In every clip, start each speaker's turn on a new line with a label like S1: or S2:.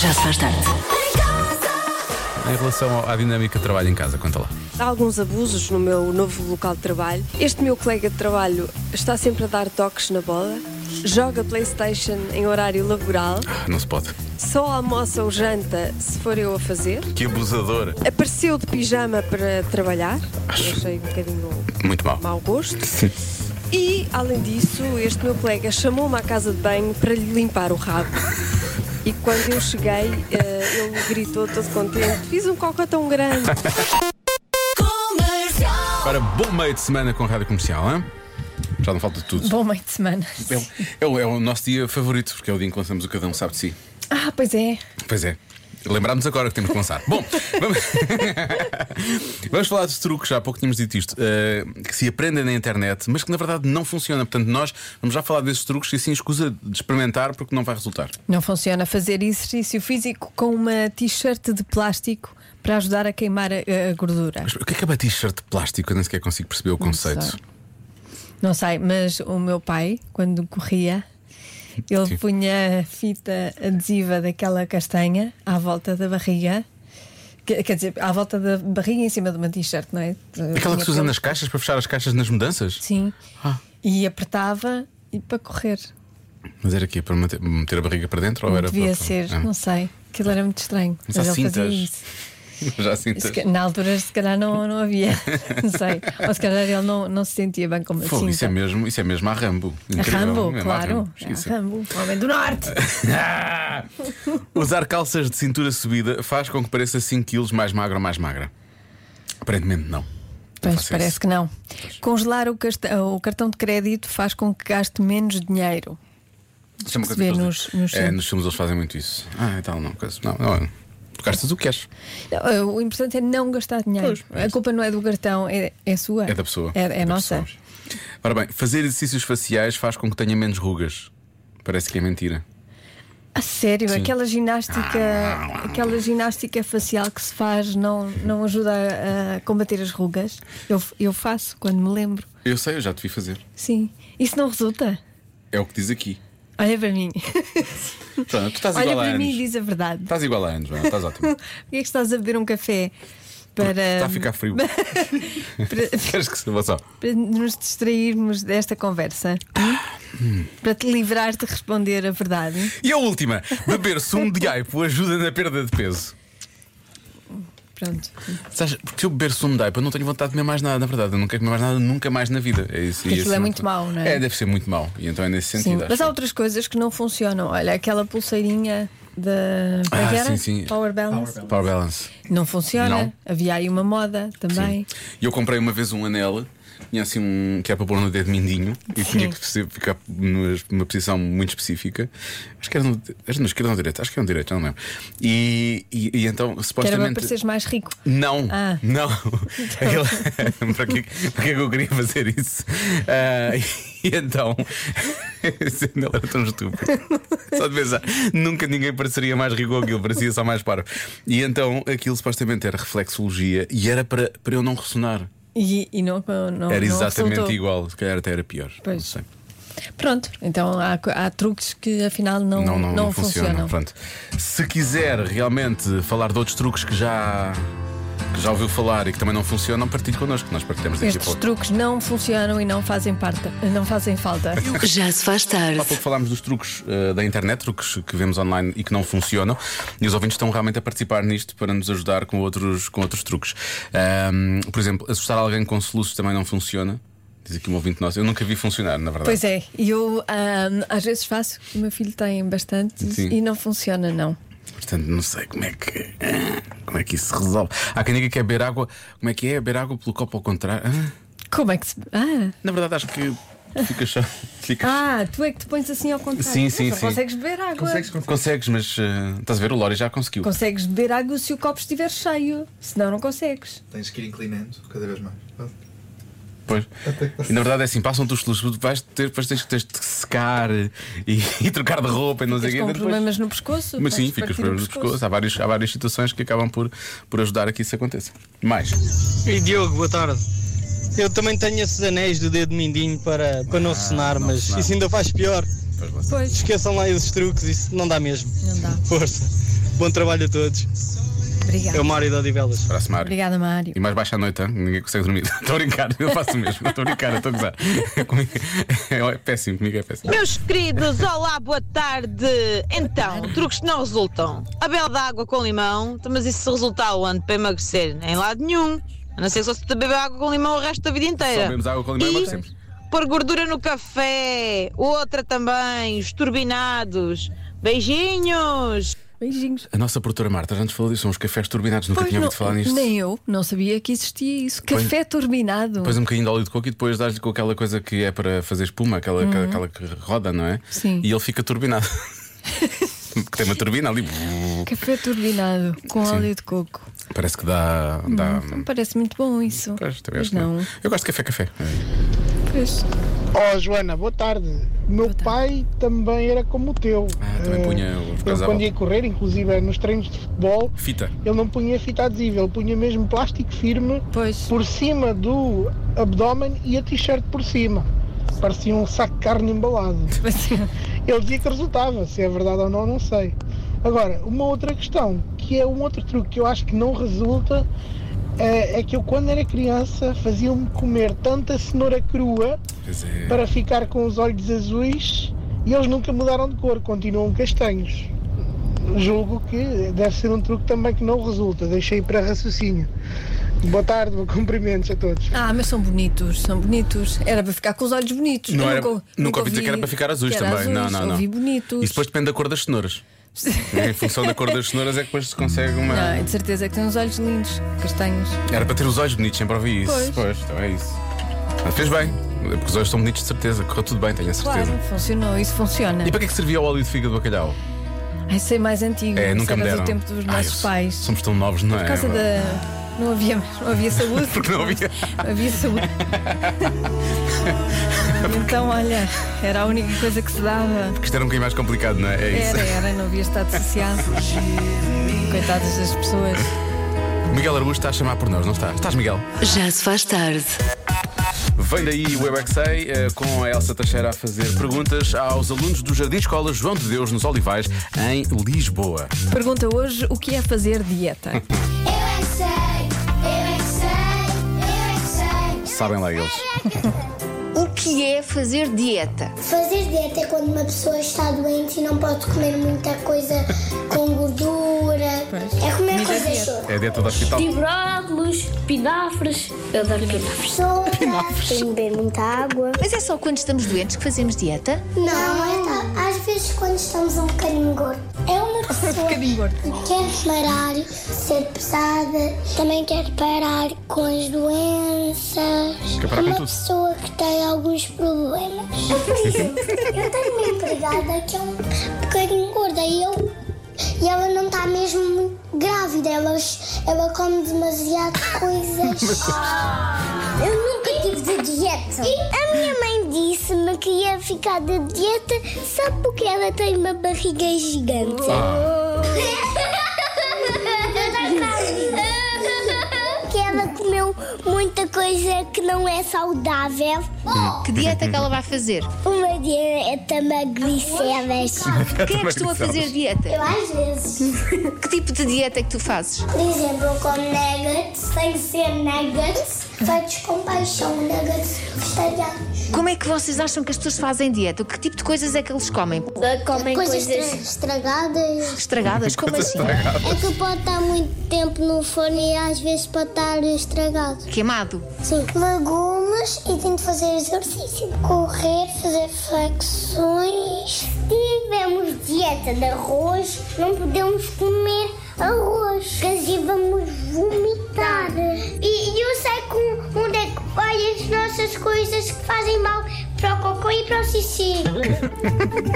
S1: Já se faz tarde.
S2: Em relação ao- à dinâmica de trabalho em casa, conta lá.
S3: Há alguns abusos no meu novo local de trabalho. Este meu colega de trabalho está sempre a dar toques na bola, joga Playstation em horário laboral,
S2: Ah, Não se pode.
S3: só almoça ou janta se for eu a fazer.
S2: Que abusador.
S3: Apareceu de pijama para trabalhar, eu achei um bocadinho
S2: Muito mal.
S3: mau gosto. E, além disso, este meu colega chamou-me à casa de banho para lhe limpar o rabo. E quando eu cheguei, eh, ele gritou todo contente: Fiz um coca tão grande.
S2: Para bom meio de semana com a Rádio Comercial, hein? Já não falta tudo.
S4: Bom meio de semana.
S2: É o- É, o, é o nosso dia favorito, porque é o dia em que lançamos o Cada Um Sabe de Si.
S4: Ah, pois é.
S2: Pois é. Lembrámos agora que temos que lançar. Bom, vamos... vamos falar de truques. Já há pouco tínhamos dito isto. eh, que se aprendem na internet, mas que na verdade não funciona. Portanto, nós vamos já falar desses truques e assim escusa de experimentar porque não vai resultar.
S4: Não funciona fazer exercício físico com uma t-shirt de plástico para ajudar a queimar a, a gordura.
S2: Mas o que é que é uma t-shirt de plástico? Eu nem sequer consigo perceber o conceito.
S4: sei. Não sei, mas o meu pai, quando corria, ele
S2: Sim.
S4: punha fita adesiva daquela castanha à volta da barriga. Que- Quer dizer, à volta da barriga em cima de uma t-shirt, não é?
S2: Aquela que se usa
S4: Tinha-
S2: nas Ah. caixas para fechar as caixas nas mudanças?
S4: Sim. E apertava e para correr.
S2: Mas era aqui para meter, meter a barriga para dentro ou era para,
S4: Devia ser,
S2: Ah,
S4: não sei. Aquilo era muito estranho.
S2: Mas
S4: Mas,
S2: há
S4: ele fazia
S2: cintas.
S4: isso.
S2: Já
S4: Se
S2: sinto.
S4: ca- na altura, se calhar, não, não havia. Não sei. Ou se calhar ele não, não se sentia bem como
S2: Fogo,
S4: assim.
S2: isso é mesmo, isso é mesmo a Rambo. Incrível, é
S4: Rambo,
S2: mesmo à
S4: claro.
S2: Rambo. Isso.
S4: Ah, Rambo, homem do norte.
S2: Ah! Usar calças de cintura subida faz com que pareça 5 kg mais magra ou mais magra. Aparentemente não. Eu
S4: Pois,
S2: faço
S4: parece
S2: isso.
S4: que não. Congelar o, casta- o cartão de crédito faz com que gaste menos dinheiro.
S2: Isso é uma coisa
S4: se vê
S2: que eles
S4: nos-
S2: dizem.
S4: nos
S2: É,
S4: filmes.
S2: nos filmes eles fazem muito isso. Ah, e tal, não, coisa. Não, não. Tu gastas o que queres.
S4: Não, eh, O importante é não gastar dinheiro.
S2: Pois, é
S4: a culpa não é do cartão, é, é sua.
S2: É da pessoa.
S4: É, é
S2: da
S4: nossa.
S2: pessoa. Ora bem, fazer exercícios faciais faz com que tenha menos rugas. Parece que é mentira.
S4: A sério,
S2: Sim.
S4: aquela ginástica, aquela ginástica facial que se faz não, não ajuda a, a combater as rugas. Eu, eu faço quando me lembro.
S2: Eu sei, eu já te vi fazer.
S4: Sim. Isso não resulta?
S2: É o que diz aqui.
S4: Olha para mim.
S2: Pronto, tu estás
S4: Olha
S2: igual a
S4: para mim e
S2: anos.
S4: diz a verdade.
S2: Estás igual a anos, Joana, estás ótimo.
S4: Porquê é que estás a beber um café?
S2: Está
S4: Para,
S2: a ficar frio.
S4: para,
S2: Queres que se vá só?
S4: para nos distrairmos desta conversa.
S2: Ah, hum.
S4: Para te livrar de responder a verdade.
S2: E a última, beber sumo de aipo ajuda na perda de peso.
S4: Pronto.
S2: Sabes, porque eu beber sumo de aipo, eu não tenho vontade de comer mais nada, na verdade. Eu não quero comer mais nada nunca mais na vida. É isso, e
S4: Aquilo
S2: isso
S4: é muito mau, não é?
S2: É, deve ser muito mau. E então é nesse
S4: Sim.
S2: sentido.
S4: Mas
S2: acho.
S4: há outras coisas que não funcionam. Olha, aquela pulseirinha da. como é
S2: Ah,
S4: que
S2: sim,
S4: era?
S2: sim.
S4: Power um Balance.
S2: Power balance.
S4: Não funciona.
S2: Não.
S4: Havia aí uma moda também.
S2: E eu comprei uma vez um anel, tinha assim um que é para pôr no dedo mindinho e tinha que se- ficar numa, numa posição muito específica. Acho que era no, era no esquerdo ou no direito, acho que era no direito, já não lembro. E, e, e então
S4: Que era para
S2: supostamente.
S4: pareceres mais rico.
S2: Não,
S4: Ah.
S2: não. Aquilo- para, que, para que é que eu queria fazer isso? Ah, e então. Esse anel era tão estúpido. Só de pensar, nunca ninguém pareceria mais rico com aquilo, parecia só mais paro. E então aquilo supostamente era reflexologia e era para, para eu não ressonar.
S4: E, e não, não
S2: Era
S4: Oh, não
S2: exatamente
S4: resultou.
S2: igual, se calhar até era pior. Não
S4: Pois.
S2: sei.
S4: Pronto, então há, co- há truques que afinal não,
S2: Não, não, não, funciona.
S4: funcionam.
S2: Pronto. Se quiser realmente falar de outros truques que já. Que já ouviu falar e que também não funcionam, partilhe connosco, nós partilhamos daqui a
S4: Estes
S2: pouco.
S4: truques não funcionam e não fazem parte, não fazem falta.
S1: Já se faz tarde.
S2: Há pouco falámos dos truques eh, da internet, truques que vemos online e que não funcionam, e os ouvintes estão realmente a participar nisto para nos ajudar com outros, com outros truques. Ahm, por exemplo, assustar alguém com soluços também não funciona. Diz aqui um ouvinte nosso, eu nunca vi funcionar, na verdade.
S4: Pois é, e eu ahm, às vezes faço, o meu filho tem bastante
S2: Sim.
S4: e não funciona, não.
S2: Portanto, não sei como é que. Como é que isso se resolve? Há quem diga que é beber água. Como é que é? Beber água pelo copo ao contrário. Ah,
S4: Como é que se. Ah,
S2: na verdade, acho que fica só. Fica
S4: ah tu é que te pões assim ao contrário.
S2: Sim, sim,
S4: Mas
S2: sim.
S4: não Consegues beber água.
S2: Consegues, mas eh, estás a ver, o Lori já conseguiu.
S4: Consegues beber água se o copo estiver cheio, senão não consegues.
S5: Tens que ir inclinando cada vez mais.
S2: Pois. E na verdade é assim, passam-te os soluços, vais ter, depois tens que tens de secar e, e trocar de roupa e não sei o
S4: Tens
S2: quê.
S4: com
S2: depois-
S4: problemas no pescoço.
S2: Mas sim, ficas
S4: podes partir o
S2: problemas no pescoço. Há, vários, há várias situações que acabam por, por ajudar a que isso aconteça. Mais.
S6: E Diogo, boa tarde. Eu também tenho esses anéis do dedo mindinho para, para
S7: Ah,
S6: não sonar,
S2: não
S6: mas
S2: sonar.
S6: isso ainda faz pior.
S2: Pois lá está.
S4: Pois,
S6: Esqueçam lá esses truques, isso não dá mesmo.
S4: não dá.
S6: Força. Bom trabalho a todos. É
S4: Obrigada.
S6: o Mário de Odivelas.
S2: Abraço, Mário.
S4: Obrigada, Mário.
S2: E mais baixa à noite, hein? ninguém consegue dormir. Estou a brincar, eu faço o mesmo. Estou a brincar, estou a gozar. Comigo- É péssimo, comigo é péssimo.
S8: Meus queridos, olá, boa tarde. Então, truques que não resultam. A bela d'água com limão, então, mas isso se resultar onde para emagrecer? Em lado nenhum. A não ser que só se beber água com limão o resto da vida
S2: Só
S4: É.
S8: inteira.
S2: bebemos água com limão e
S8: E
S2: emagrecemos.
S8: Pôr gordura no café. Outra também, os turbinados. Beijinhos.
S4: Beijinhos.
S2: A nossa produtora Marta já nos falou disso, são os cafés turbinados, nunca tinha
S4: não,
S2: ouvido falar nisto.
S4: nem eu, não sabia que existia isso. Café turbinado.
S2: Depois um bocadinho de óleo de coco e depois dás-lhe com aquela coisa que é para fazer espuma, aquela, aquela- aquela que roda, não é?
S4: Uhum. Sim.
S2: E ele fica turbinado. Porque tem uma turbina ali.
S4: Café turbinado com óleo de coco.
S2: Parece que dá. dá...
S4: Não parece muito bom isso.
S2: Hum. Pois, também
S4: Mas
S2: acho que não. é?
S4: não. É.
S2: Eu gosto de café-café.
S4: Pois.
S9: Oh Joana, boa tarde. Meu pai também era como o teu.
S2: Ah, também
S9: Eh,
S2: punha os
S9: Ele
S2: casal.
S9: quando ia correr, inclusive nos treinos de futebol,
S2: Fita.
S9: ele não punha fita adesiva, ele punha mesmo plástico firme
S4: Pois.
S9: por cima do abdômen e a t-shirt por cima. Parecia um saco de carne embalado. Ele dizia que resultava, se é verdade ou não, não sei. Agora, uma outra questão, que é um outro truque que eu acho que não resulta, eh, é que eu quando era criança fazia-me comer tanta cenoura crua
S2: Pois é.
S9: para ficar com os olhos azuis e eles nunca mudaram de cor, continuam castanhos. Julgo que deve ser um truque também que não resulta, deixei para raciocínio. Boa tarde, cumprimentos a todos.
S4: Ah, mas são bonitos, são bonitos. Era para ficar com os olhos bonitos.
S2: Não
S4: Eu
S2: era- nunca ouvi dizer que era para ficar azuis
S4: que era
S2: também. Não,
S4: azuis,
S2: não, não.
S4: Ouvi bonitos.
S2: Isso depois depende da cor das cenouras. em função da cor das cenouras é que depois se consegue uma.
S4: Ah, de certeza que tem uns olhos lindos, castanhos.
S2: Era para ter os olhos bonitos, sempre ouvi isso.
S4: Pois.
S2: então é isso. Mas fez bem, porque os olhos são bonitos de certeza, correu tudo bem, tenho a certeza.
S4: Claro, funcionou, isso funciona.
S2: E para que é que servia o óleo de fígado de bacalhau?
S4: Ai, sei mais antigo,
S2: É,
S4: isso
S2: nunca me
S4: era
S2: deram.
S4: do tempo dos
S2: Ai,
S4: nossos
S2: eu-
S4: pais.
S2: Somos tão novos, não é?
S4: Por causa da. Não havia, não havia saúde.
S2: Porque não havia.
S4: Não havia saúde. então, olha, era a única coisa que se dava.
S2: Porque isto era um bocadinho mais complicado, não é? É isso.
S4: Era, era, não havia estado social. Coitadas das pessoas.
S2: Miguel Arbusto está a chamar por nós, não está? Estás, Miguel?
S1: Já se faz tarde.
S2: Vem daí o EUXA com a Elsa Teixeira a fazer perguntas aos alunos do Jardim Escola João de Deus nos Olivais, em Lisboa.
S4: Pergunta hoje o que é fazer dieta.
S10: Eu é que sei, eu é que sei, eu é que sei.
S2: Sabem lá eles.
S11: O que é fazer dieta?
S10: Fazer dieta é quando uma pessoa está doente e não pode comer muita coisa com gordura. É comer coisas soltas.
S2: É dentro do hospital.
S10: Tibrados, pinafres. Eu adoro pinafres. Pinafres. Tem que beber muita água.
S11: Mas é só quando estamos doentes que fazemos dieta?
S10: Não, é tá. às vezes quando estamos um bocadinho gordo. É uma pessoa que quer parar de ser pesada, também quer parar com as doenças.
S2: Quer parar com
S10: uma
S2: tudo.
S10: pessoa que tem alguns problemas. Por exemplo, eu tenho uma empregada que é um bocadinho gorda e eu. E ela não está mesmo muito grávida, ela, ela come demasiado coisas. Ah! Eu nunca tive de dieta. a minha mãe disse-me que ia ficar de dieta só porque ela tem uma barriga gigante.
S2: Ah,
S10: que ela comeu muita coisa que não é saudável.
S11: Que dieta que ela vai fazer?
S10: Uma dieta magricéveis.
S11: Quem é que costuma fazer dieta?
S10: Eu às vezes.
S11: Que tipo de dieta é que tu fazes?
S10: Por exemplo, eu como nuggets, tem que ser nuggets feitos com paixão, nuggets vegetarianos.
S11: Como é que vocês acham que as pessoas fazem dieta? Que tipo de coisas é que eles comem?
S10: Comem coisas, estragadas.
S11: Estragadas? Como assim?
S10: É que pode estar muito tempo no forno e às vezes pode estar estragado.
S11: Queimado?
S10: Sim. Legumes e tenho de fazer exercício. Correr, fazer flexões. Tivemos dieta de arroz, não podemos comer arroz, porque íamos vomitar. E eu sei que onde é que olha as nossas coisas que fazem mal para o cocô e para o xixi.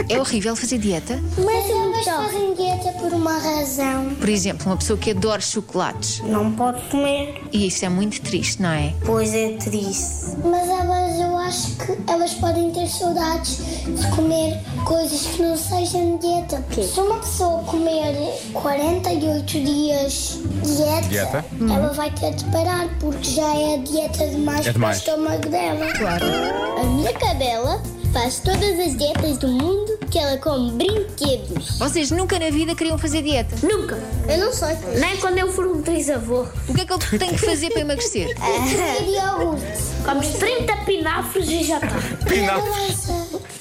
S11: É horrível fazer dieta?
S10: Mas elas fazem dieta por uma razão.
S11: Por exemplo, uma pessoa que adora chocolates.
S10: Não pode comer
S11: E isso é muito triste, não é?
S10: Pois é triste. Mas elas, eu acho que elas podem ter saudades de comer coisas que não sejam dieta. Se uma pessoa comer 48 dias dieta,
S2: Dieta?
S10: ela vai ter de parar porque já é dieta demais,
S2: É demais.
S10: para o estômago dela. Claro. A minha cadela faz todas as dietas do mundo que ela come brinquedos.
S11: Vocês nunca na vida queriam fazer dieta?
S10: Nunca. Eu não sei. Nem quando eu for um trisavô.
S11: O que é que ele tem que fazer para emagrecer?
S10: Comes 30 pinafres e já está. Pinafres?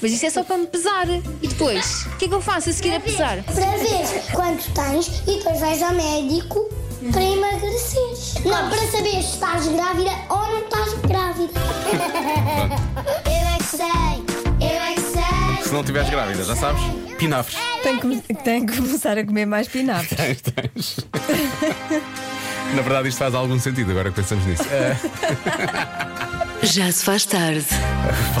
S11: Mas isso é só para me pesar. E depois? O que é que eu faço a seguir a pesar?
S10: Para ver quanto tens e depois vais ao médico para emagreceres. Não, para saber se estás grávida ou não estás grávida. eu é que sei, eu é que sei. é
S2: Se não estiveres grávida, já sabes? Pinafres.
S4: Tem que, tem que começar a comer mais pinapos.
S2: Tens, tens. Na verdade, isto faz algum sentido agora que pensamos nisso. Eh,
S1: Já se faz tarde.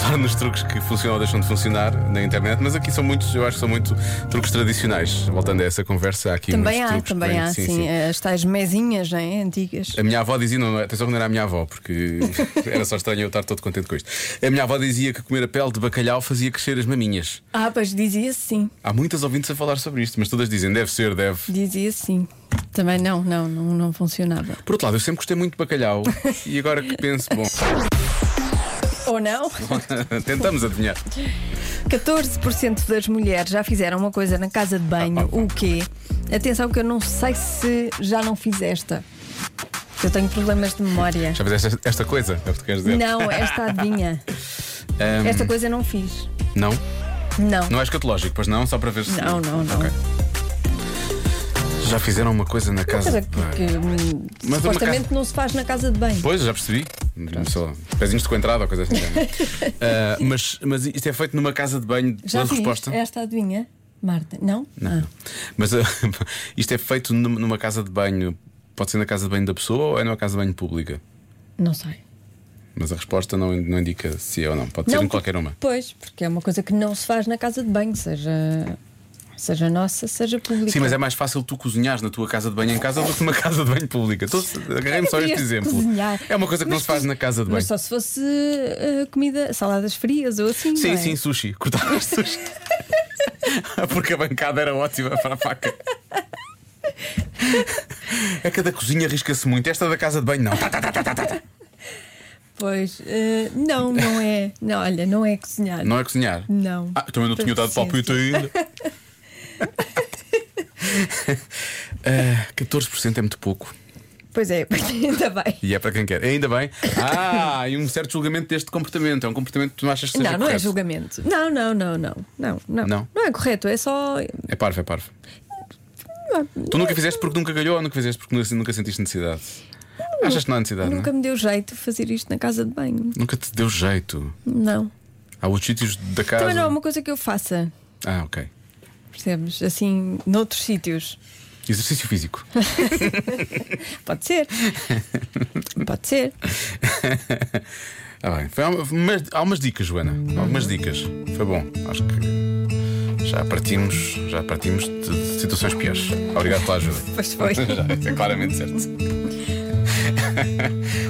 S2: falar nos truques que funcionam ou deixam de funcionar na internet, mas aqui são muitos, eu acho que são muito truques tradicionais. Voltando a essa conversa, há aqui
S4: Também
S2: muitos
S4: há,
S2: truques que
S4: também
S2: vêm-
S4: há, sim, eh, As tais mesinhas, não é? Antigas.
S2: A minha avó dizia, não, não, atenção que não era a minha avó, porque era só estranho eu estar todo contente com isto. A minha avó dizia que comer a pele de bacalhau fazia crescer as maminhas.
S4: Ah, pois dizia sim.
S2: Há muitas ouvintes a falar sobre isto, mas todas dizem deve ser, deve.
S4: Dizia sim. Também não, não, não, não funcionava.
S2: Por outro lado, eu sempre gostei muito de bacalhau e agora que penso, bom,
S4: Ou não?
S2: tentamos adivinhar.
S4: 14% das mulheres já fizeram uma coisa na casa de banho, o quê? Atenção que eu não sei se já não fiz esta. Eu tenho problemas de memória.
S2: Já fizeste esta- esta coisa? É o que tu queres dizer?
S4: Não, esta adivinha.
S2: Ahm,
S4: Esta coisa eu não fiz.
S2: Não?
S4: Não.
S2: Não é escatológico, pois não? Só para ver se.
S4: Não, não, não.
S2: Ok. Já fizeram uma coisa na casa.
S4: Coisa
S2: de
S4: que,
S2: banho.
S4: que, hum,
S2: Mas uma
S4: supostamente não se faz na casa de banho.
S2: Pois, já percebi. Sei lá, pezinhos de coentrada ou coisa assim. não é? Ah, mas, mas isto é feito numa casa de banho,
S4: Já
S2: toda
S4: fiz É.
S2: resposta.
S4: esta adivinha, Marta? Não? Não.
S2: Mas ah, isto é feito num- numa casa de banho. Pode ser na casa de banho da pessoa ou é numa casa de banho pública?
S4: não sei.
S2: Mas a resposta não, não indica se é ou não. Pode ser
S4: Não,
S2: em qualquer uma.
S4: Pois, porque é uma coisa que não se faz na casa de banho, seja, seja nossa, seja pública.
S2: Sim, mas é mais fácil tu cozinhares na tua casa de banho em casa do que numa casa de banho pública. Estou-
S4: É
S2: Agarrei-me é só a este
S4: Querias
S2: exemplo.
S4: cozinhar.
S2: É uma coisa que não
S4: Mas
S2: se faz
S4: tu-
S2: na casa de banho.
S4: Mas só se fosse eh, comida, saladas frias ou assim.
S2: Sim,
S4: não é?
S2: sim, sushi. Cortava sushi. Porque a bancada era ótima para a faca. É que a da cozinha arrisca-se muito. Esta da casa de banho, não. Tá, tá, tá, tá, tá, tá.
S4: Pois, eh, não, não é. Não, olha, não é cozinhar.
S2: Não é cozinhar?
S4: Não.
S2: Ah, também não tinha dado palpite ainda. Ah, 14% é muito pouco.
S4: Pois é, ainda bem.
S2: E é para quem quer. Ainda bem. Ah, e um certo julgamento deste comportamento. É um comportamento que tu não achas que seja
S4: Não, não é
S2: correto.
S4: julgamento. Não, não, não, não, não, não.
S2: Não?
S4: é correto, é só.
S2: É parvo, é parvo. Tu nunca fizeste porque nunca calhou ou nunca fizeste porque nunca, nunca sentiste necessidade? Achas que não há necessidade?
S4: Nunca
S2: não? é?
S4: me deu jeito fazer isto na casa de banho.
S2: Nunca te deu jeito.
S4: Não.
S2: Há outros sítios da casa.
S4: Também não é uma coisa que eu faça,
S2: Ah, ok.
S4: percebes? Assim, noutros sítios.
S2: Exercício físico.
S4: Pode ser. Pode ser.
S2: Ah, bem. Foi uma- mas há umas dicas, Joana. Algumas dicas. Foi bom. Acho que já partimos, já partimos de de situações piores. Obrigado pela ajuda.
S4: Pois foi.
S2: Já, isso é claramente certo.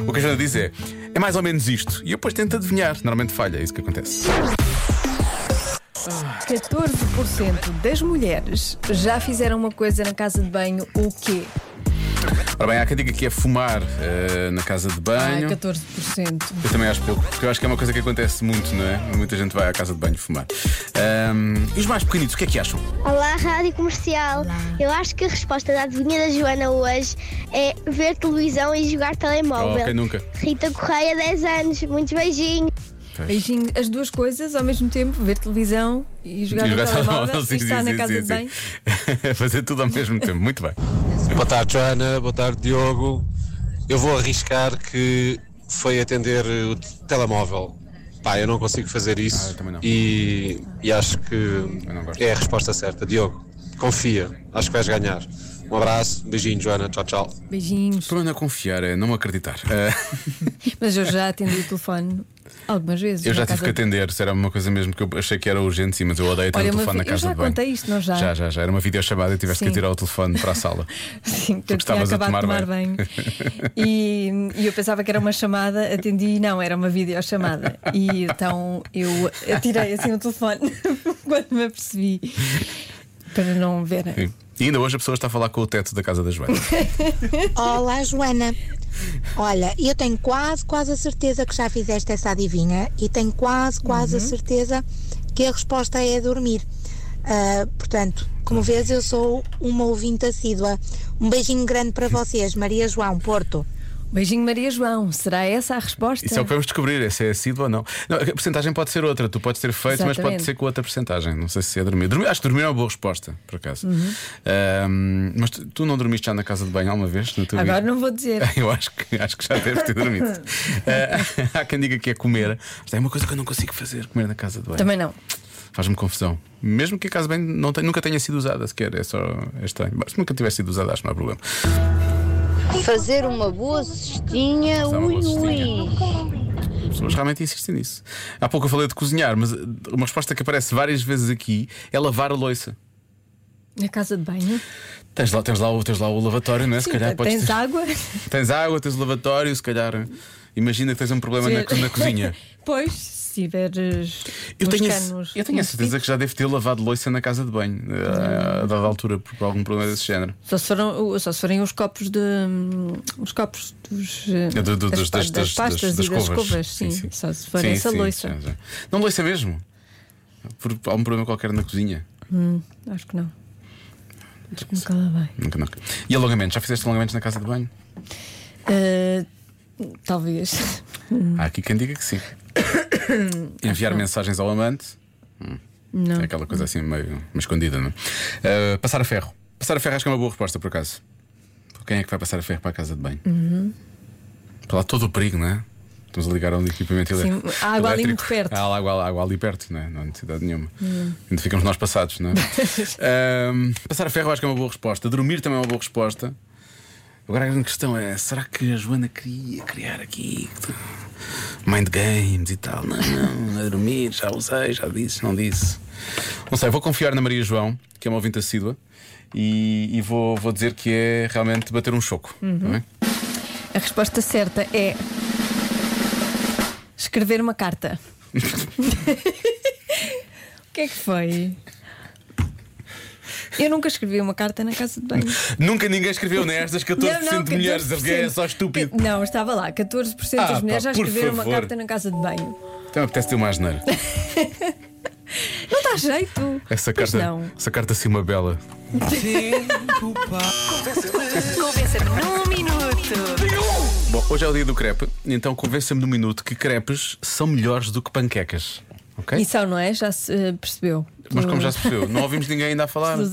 S2: o que a Joana diz é: é mais ou menos isto. E eu depois tento adivinhar. Normalmente falha, é isso que acontece.
S4: 14% das mulheres já fizeram uma coisa na casa de banho, o quê?
S2: Ora bem, há quem diga que é fumar eh, na casa de
S4: Ah,
S2: banho.
S4: 14%.
S2: Eu também acho pouco, porque eu acho que é uma coisa que acontece muito, não é? Muita gente vai à casa de banho fumar. Ahm, e os mais pequenitos, o que é que acham?
S10: Olá, Rádio Comercial. Eu acho que a resposta da adivinha da Joana hoje é ver televisão e jogar telemóvel.
S2: Oh, quem nunca?
S10: Rita Correia, 10 anos. Muitos beijinhos.
S4: Beijinho, as duas coisas ao mesmo tempo, ver televisão e jogar
S2: E
S4: no
S2: jogar
S4: telemóvel
S2: telemóvel,
S4: e estar na casa de banho.
S2: sim. Fazer tudo ao mesmo tempo, muito bem.
S7: Boa tarde, Joana. Boa tarde, Diogo. Eu vou arriscar que foi atender o t- telemóvel. Pá, eu não consigo fazer
S2: Ah,
S7: isso
S2: então
S7: E, e acho que é a resposta certa. Diogo, confia, acho que vais ganhar. Um abraço, beijinho, Joana. Tchau, tchau.
S4: Beijinhos.
S2: O problema não é confiar, é não acreditar. Ah,
S4: Mas eu já atendi o telefone algumas vezes.
S2: eu já
S4: na
S2: tive que
S4: casa de-
S2: atender, se era uma coisa mesmo que eu achei que era urgente, sim, mas eu odeio ter
S4: Olha,
S2: o
S4: uma
S2: telefone na
S4: vi- eu
S2: casa
S4: já
S2: de banho.
S4: contei isto, não já?
S2: Já, já, já. Era uma videochamada e tiveste que
S4: Sim.
S2: tirar o telefone para a sala.
S4: Sim, que
S2: Porque
S4: eu tinha
S2: estavas a
S4: acabado de
S2: tomar
S4: tomar
S2: banho.
S4: banho. E, e eu pensava que era uma chamada, atendi e não, era uma videochamada. E então eu atirei assim o telefone quando me apercebi. Para não verem.
S2: Sim. E ainda hoje a pessoa está a falar com o teto da casa da Joana.
S12: Olá, Joana. Olha, eu tenho quase, quase a certeza que já fizeste essa adivinha e tenho quase, quase a
S13: Uhum.
S12: certeza que a resposta é dormir. Ah, portanto, como vês, eu sou uma ouvinte assídua. Um beijinho grande para vocês, Maria João Porto.
S4: Beijinho, Maria João. Será essa a resposta?
S2: Isso é o que vamos descobrir, se é assíduo ou não. não. A porcentagem pode ser outra, tu podes ter feito, mas pode
S4: Exatamente.
S2: ser com outra porcentagem. Não sei se é dormir. Dormir- acho que dormir é uma boa resposta, por acaso.
S4: Uhum.
S2: Ahm, mas tu, tu não dormiste já na casa de banho alguma vez na tua
S4: Agora
S2: vida?
S4: não vou dizer.
S2: Eu acho que, acho que já deves ter dormido. Ah, há quem diga que é comer, mas é uma coisa que eu não consigo fazer, comer na casa de banho.
S4: Também não.
S2: Faz-me confusão. Mesmo que a casa de banho não tenha- nunca tenha sido usada sequer, é só é estranho. Mas se nunca tivesse sido usada, acho que não há problema.
S14: Fazer uma boa cestinha,
S2: Fazer um uma
S14: ui
S2: boa
S14: ui.
S2: As pessoas realmente insistem nisso. Há pouco eu falei de cozinhar, mas uh, uma resposta que aparece várias vezes aqui é lavar a louça.
S4: Na casa de banho.
S2: Tens lá, tens lá, o- tens lá o lavatório, não é?
S4: Sim,
S2: se calhar
S4: tens
S2: podes ter-
S4: água.
S2: tens água, tens o lavatório, se calhar. eh, Imagina que tens um problema na, co- na cozinha.
S4: pois, se tiveres.
S2: Eu
S4: uns
S2: tenho, a-
S4: canos
S2: eu tenho a
S4: uns
S2: certeza que já deve ter lavado louça na casa de banho, uh, a dada altura, por algum problema desse género.
S4: Só se, foram, só se forem os copos de. hum, os copos dos. eh,
S2: É do- do-
S4: das,
S2: dos-
S4: pa-
S2: das-
S4: das
S2: das-
S4: pastas
S2: das- das
S4: e das
S2: escovas.
S4: escovas, sim.
S2: Sim, sim.
S4: Só se for
S2: Sim,
S4: essa
S2: sim,
S4: louça.
S2: sim, sim. Não louça mesmo. Por algum problema qualquer na cozinha.
S4: Hum, acho que não. Acho que nunca lá vai.
S2: Nunca, nunca. E alongamentos? Já fizeste alongamentos na casa de banho?
S4: Eh, talvez. Hum,
S2: Há aqui quem diga que sim. Enviar mensagens ao amante. Hum.
S4: Não.
S2: É aquela coisa assim meio, meio escondida, não é? Uh, passar a ferro. Passar a ferro acho que é uma boa resposta, por acaso. Quem é que vai passar a ferro para a casa de banho?
S4: Uhum.
S2: Para lá todo o perigo, não é? Estamos a ligar a um equipamento
S4: Sim,
S2: ele-
S4: há água ali
S2: elétrico.
S4: muito perto.
S2: Há água, água ali perto, não é? Não há necessidade nenhuma.
S4: Hum.
S2: Ainda ficamos nós passados, não é? Ahm, passar a ferro acho que é uma boa resposta. Dormir também é uma boa resposta. Agora a grande questão é: será que a Joana queria criar aqui mind games e tal? Não, não, a dormir, já usei, já disse, não disse. Não sei, vou confiar na Maria João, que é uma ouvinte assídua, e, e vou, vou dizer que é realmente bater um choco.
S4: Uhum.
S2: tá bem?
S4: A resposta certa é. Escrever uma carta. o que é que foi? Eu nunca escrevi uma carta na casa de banho.
S2: Nunca ninguém escreveu nestas 14% de mulheres, porque é só estúpido.
S4: Não, estava lá, 14%
S2: Ah,
S4: das mulheres
S2: pá,
S4: já
S2: por
S4: escreveram uma
S2: favor.
S4: carta na casa de banho.
S2: Então apetece ter uma asneira.
S4: Não dá jeito.
S2: Essa
S4: Pois
S2: carta,
S4: não.
S2: essa carta assim uma bela.
S1: Convença-me num minuto.
S2: Bom, hoje é o dia do crepe, então convença-me num minuto que crepes são melhores do que panquecas. Ok?
S4: E são, não é? Já se eh, percebeu.
S2: Mas como já se percebeu, não ouvimos ninguém ainda a falar.
S4: Dos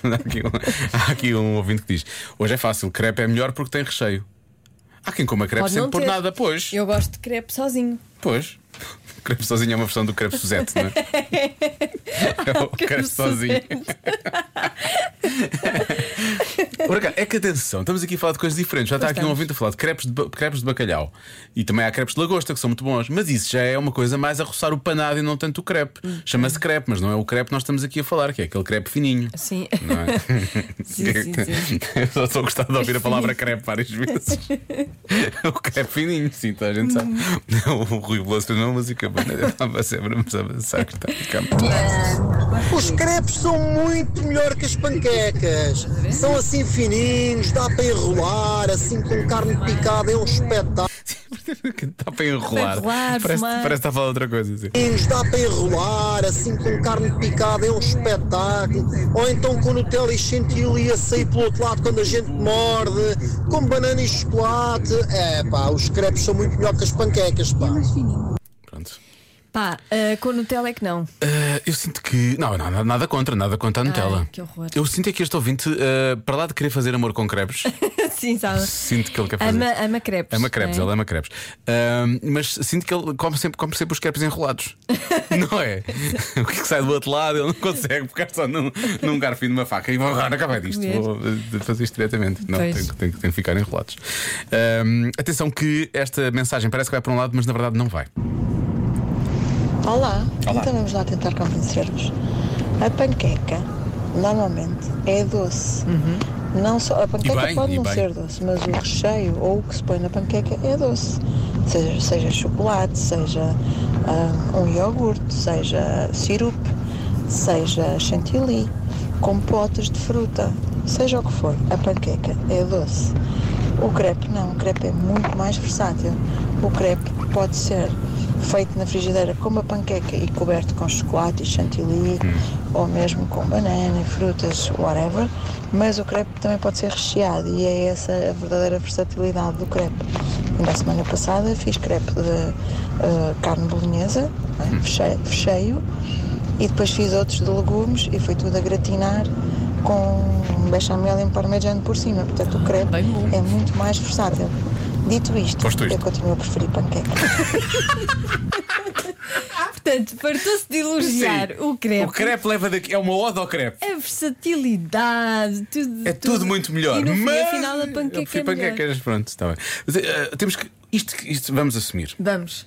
S2: Há aqui, um, há aqui um ouvinte que diz: Hoje é fácil, crepe é melhor porque tem recheio. Há quem coma crepe
S4: Pode
S2: sem
S4: não
S2: pôr
S4: ter.
S2: nada, pois.
S4: Eu gosto de crepe sozinho.
S2: Pois. Crepe sozinho é uma versão do crepe Suzette, não é? É o crepe sozinho. Por acaso, é que atenção, estamos aqui a falar de coisas diferentes. Já está
S4: Pois
S2: aqui um
S4: estamos.
S2: ouvinte a falar de crepes de, ba- crepes de bacalhau e também há crepes de lagosta que são muito bons, mas isso já é uma coisa mais a roçar o panado e não tanto o crepe. Chama-se crepe, mas não é o crepe que nós estamos aqui a falar, que é aquele crepe fininho.
S4: Sim.
S2: Não é?
S4: Sim, sim, sim.
S2: Eu só estou gostado de ouvir a palavra crepe várias vezes. o crepe fininho, sim, toda a gente sabe.
S4: Uhum.
S2: o Rui Veloso fez uma música boa, estava sempre vamos avançar. que está a ficar muito bem.
S15: Os crepes são muito melhor que as panquecas. São assim fininhos, dá para enrolar, assim com carne picada, é um espetáculo.
S2: Está para enrolar.
S15: enrolar,
S2: parece,
S15: fumar.
S2: parece que está a falar outra coisa. Assim.
S4: É.
S15: Fininhos, dá para enrolar, assim com carne picada, é um espetáculo. Ou então com Nutella e chantilly e açaí pelo outro lado quando a gente morde, com banana e chocolate. É pá, os crepes são muito melhor que as panquecas, pá.
S4: Pá, eh, com Nutella é que não.
S2: Ah, eu sinto que. Não, nada, nada contra, nada contra a Nutella.
S4: Ai, que horror.
S2: eu sinto é que este ouvinte, ah, para lá de querer fazer amor com crepes,
S4: sim, sabe?
S2: sinto que ele quer fazer.
S4: Ama, ama crepes.
S2: É Ama crepes,
S4: não é?
S2: ele ama crepes. Ahm, mas sinto que ele come sempre, come sempre os crepes enrolados. não é? o que, é que sai do outro lado, ele não consegue ficar só num, num garfo e numa faca. E vou agora acabar disto,
S4: Comer.
S2: vou eh, fazer isto diretamente. Não, tem,
S4: Pois.
S2: que- tem que- tem que ficar enrolados. Ahm, atenção, que esta mensagem parece que vai para um lado, mas na verdade não vai.
S16: Olá.
S2: Olá.
S16: então vamos lá tentar convencer-vos. A panqueca normalmente é doce. Não só, a
S17: Uhum. E
S16: panqueca
S17: bem,
S16: pode
S17: e
S16: não
S17: bem.
S16: ser doce, mas o recheio ou o que se põe na panqueca é doce. Seja, seja chocolate, seja ah, um iogurte, seja sirupe, seja chantilly, compotas de fruta, seja o que for, a panqueca é doce. O crepe não, o crepe é muito mais versátil. O crepe pode ser feito na frigideira com uma panqueca e coberto com chocolate e chantilly, ou mesmo com banana e frutas, whatever. Mas o crepe também pode ser recheado e é essa a verdadeira versatilidade do crepe. Ainda a semana passada fiz crepe de eh, carne bolonhesa, né, feche- fecheio, e depois fiz outros de legumes e foi tudo a gratinar com bechamel em parmegiana por cima. Portanto, o crepe é muito mais versátil. Dito isto, eu continuo a preferir panqueca.
S4: Ah, Portanto, fartou-se de elogiar
S2: Sim.
S4: o crepe.
S2: O crepe leva daqui. É uma ode ao crepe.
S4: A versatilidade, tudo.
S2: É tudo muito melhor.
S4: E no fim,
S2: mas
S4: afinal, a panqueca
S2: eu prefiro
S4: é melhor.
S2: panquecas, pronto, está bem. Mas, eh, temos que. Isto, isto vamos assumir.
S4: Vamos.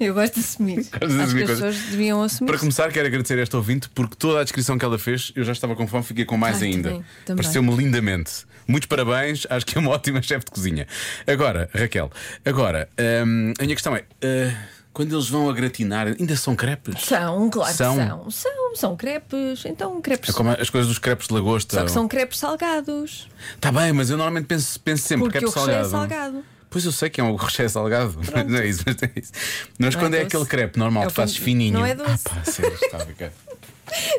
S4: Eu gosto de assumir. Acho que
S2: de assumir
S4: as
S2: coisas.
S4: pessoas deviam assumir.
S2: Para começar, quero agradecer a esta ouvinte porque toda a descrição que ela fez, eu já estava com fome, fiquei com mais
S4: Ai,
S2: ainda.
S4: também, também.
S2: Pareceu-me lindamente. Muitos parabéns, acho que é uma ótima chefe de cozinha. Agora, Raquel, agora, hum, a minha questão é: eh, quando eles vão a gratinar, ainda são crepes?
S4: São, claro
S2: São.
S4: que são. São, são crepes. Então, crepes.
S2: É como as coisas dos crepes de lagosta.
S4: Só que são crepes salgados.
S2: Tá bem, mas eu normalmente penso, penso sempre
S4: porque
S2: crepe
S4: o recheio é salgado.
S2: Pois eu sei que é um recheio salgado, mas não é isso, mas é isso. Mas
S4: Não é
S2: quando é,
S4: doce.
S2: aquele crepe normal
S4: É
S2: que
S4: o
S2: fazes
S4: quando-
S2: fininho.
S4: não é doce.
S2: Ah, pá, sim, está a ficar.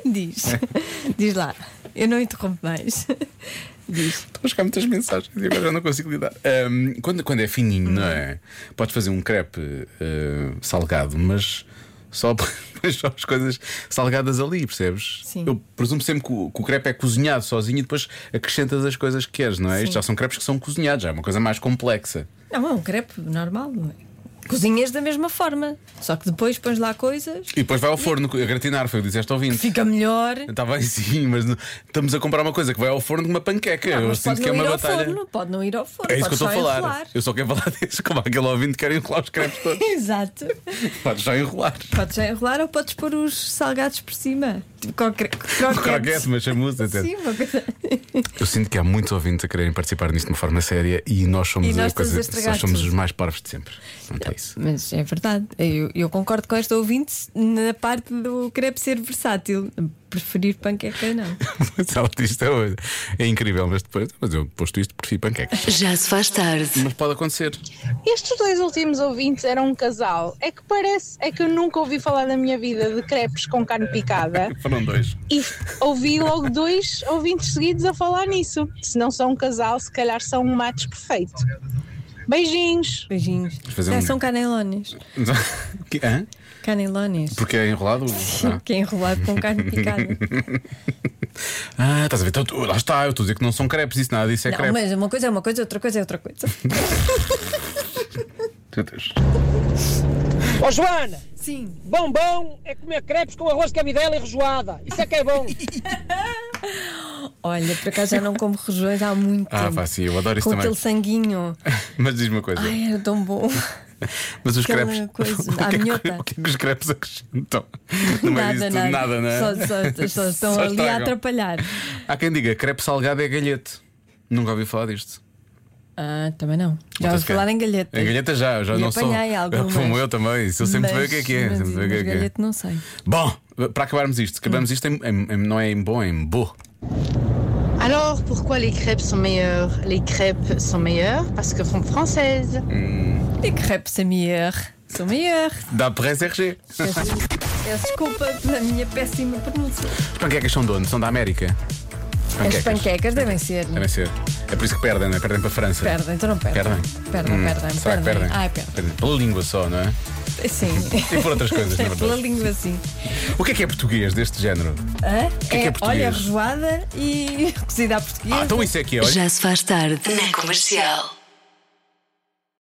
S4: Diz. Diz lá. Eu não interrompo mais. Diz.
S2: Estou a buscar muitas mensagens e agora já não consigo lidar. Ahm, quando, quando é fininho, não é? Podes fazer um crepe ah, salgado, mas só, mas só as coisas salgadas ali, percebes?
S4: Sim.
S2: Eu presumo sempre que o, que o crepe é cozinhado sozinho e depois acrescentas as coisas que queres, não é?
S4: Sim.
S2: Isto já são crepes que são cozinhados, já é uma coisa mais complexa.
S4: Não, é um crepe normal. não é? Cozinhas da mesma forma. Só que depois pões lá coisas.
S2: E depois vai ao forno a gratinar, foi o que disseste ao ouvinte.
S4: Fica melhor.
S2: Está bem, sim, mas não- estamos a comprar uma coisa que vai ao forno de uma panqueca.
S4: Não,
S2: eu
S4: Ah, mas
S2: sinto
S4: pode
S2: que é
S4: não
S2: uma
S4: ir ao
S2: batalha.
S4: forno, pode não ir ao forno.
S2: É isso que eu
S4: pode
S2: estou a
S4: só
S2: falar.
S4: enrolar.
S2: Eu só quero falar disso, como aquele ouvinte que quer enrolar os crepes todos.
S4: Exato.
S2: Podes só enrolar.
S4: Podes já enrolar ou podes pôr os salgados por cima. Tipo croque-
S2: Um
S4: croquetes.
S2: Croquete, mas chamuça, etc.
S4: Sim, uma coisa.
S2: Eu sinto que há muitos ouvintes a quererem participar nisto de uma forma séria e nós somos,
S4: E nós
S2: a
S4: estamos
S2: coisa-
S4: a estragar
S2: nós somos
S4: tudo.
S2: os mais parvos de sempre. Não é isso.
S4: Mas é verdade. Eu, eu concordo com esta ouvinte na parte do crepe ser versátil. Preferir panqueca, não.
S2: Mas ela diz isto é, hoje. é incrível, mas depois, mas eu posto isto, prefiro panquecas.
S1: Já se faz tarde.
S2: Mas pode acontecer.
S13: Estes dois últimos ouvintes eram um casal. É que parece, é que eu nunca ouvi falar na minha vida de crepes com carne picada
S2: Foram dois.
S13: e ouvi logo dois ouvintes seguidos a falar nisso. Se não são um casal, se calhar são um match perfeito. Beijinhos.
S4: Beijinhos.
S2: fazer
S4: Já
S2: um-
S4: são canelones.
S2: Que- hã?
S4: Canelones.
S2: Porque é enrolado? Ah.
S4: Que é enrolado com carne picada.
S2: ah, estás a ver? Então, tu- lá está, eu estou a dizer que não são crepes, isso nada disso é
S4: não,
S2: crepe.
S4: mas uma coisa é uma coisa, outra coisa é outra coisa.
S2: Meu Deus.
S17: Ó Joana!
S4: Sim.
S17: Bombom é comer crepes com arroz de cabidela e rejoada. Isso é que é bom.
S4: Olha, por acaso já não como rojões há muito
S2: Ah,
S4: tempo.
S2: pá, sim, eu adoro isso
S4: com
S2: também.
S4: aquele sanguinho.
S2: Mas diz-me uma coisa.
S4: Ai, era tão bom.
S2: Mas os
S4: Aquela
S2: crepes.
S4: coisa,
S2: o, que
S4: à
S2: é que,
S4: minhota.
S2: o que é que os crepes acrescentam? No meio disso tudo, nada, não é?
S4: Só, só- só estão
S2: Só
S4: ali a
S2: estragam.
S4: atrapalhar.
S2: Há quem diga crepe salgado é galhete. Nunca ouvi falar disto.
S4: Ah, também não. Já
S2: Outras
S4: ouvi falar
S2: que-
S4: em galheta.
S2: Em galheta já, eu já
S4: E
S2: não sou.
S4: apanhei algumas.
S2: Como eu também, se eu sempre sei o que é que é.
S4: Mas-
S2: sempre sei o que é
S4: mas
S2: que é.
S4: galheta Hum. não sei.
S2: Bom, para acabarmos isto, acabamos isto em- em- em- não é em bom, é em bo.
S18: Alors, pourquoi les crêpes sont meilleures Les crêpes sont meilleures parce que sont françaises.
S4: Les crêpes sont meilleures. São meilleures.
S2: Dá para SRG.
S4: Peço desculpa pela minha péssima pronúncia.
S2: As panquecas são de onde? São da América.
S4: As panquecas devem ser.
S2: Devem ser. É por isso que perdem, não é? Perdem para a França.
S4: Perdem, então não perdem.
S2: Perdem. Hum,
S4: Perdem, perdem,
S2: Será que
S4: perdem.
S2: perdem?
S4: Ai, perdem.
S2: Pela língua só, não é?
S4: Sim. É
S2: E por outras coisas, na verdade.
S4: Pela língua, sim.
S2: O que é que é português deste género?
S4: Hã?
S2: que é que é português?
S4: olha, rejoada e cozida à portuguesa.
S2: Ah, então isso é que é, olha.
S1: Já se faz tarde. Na comercial.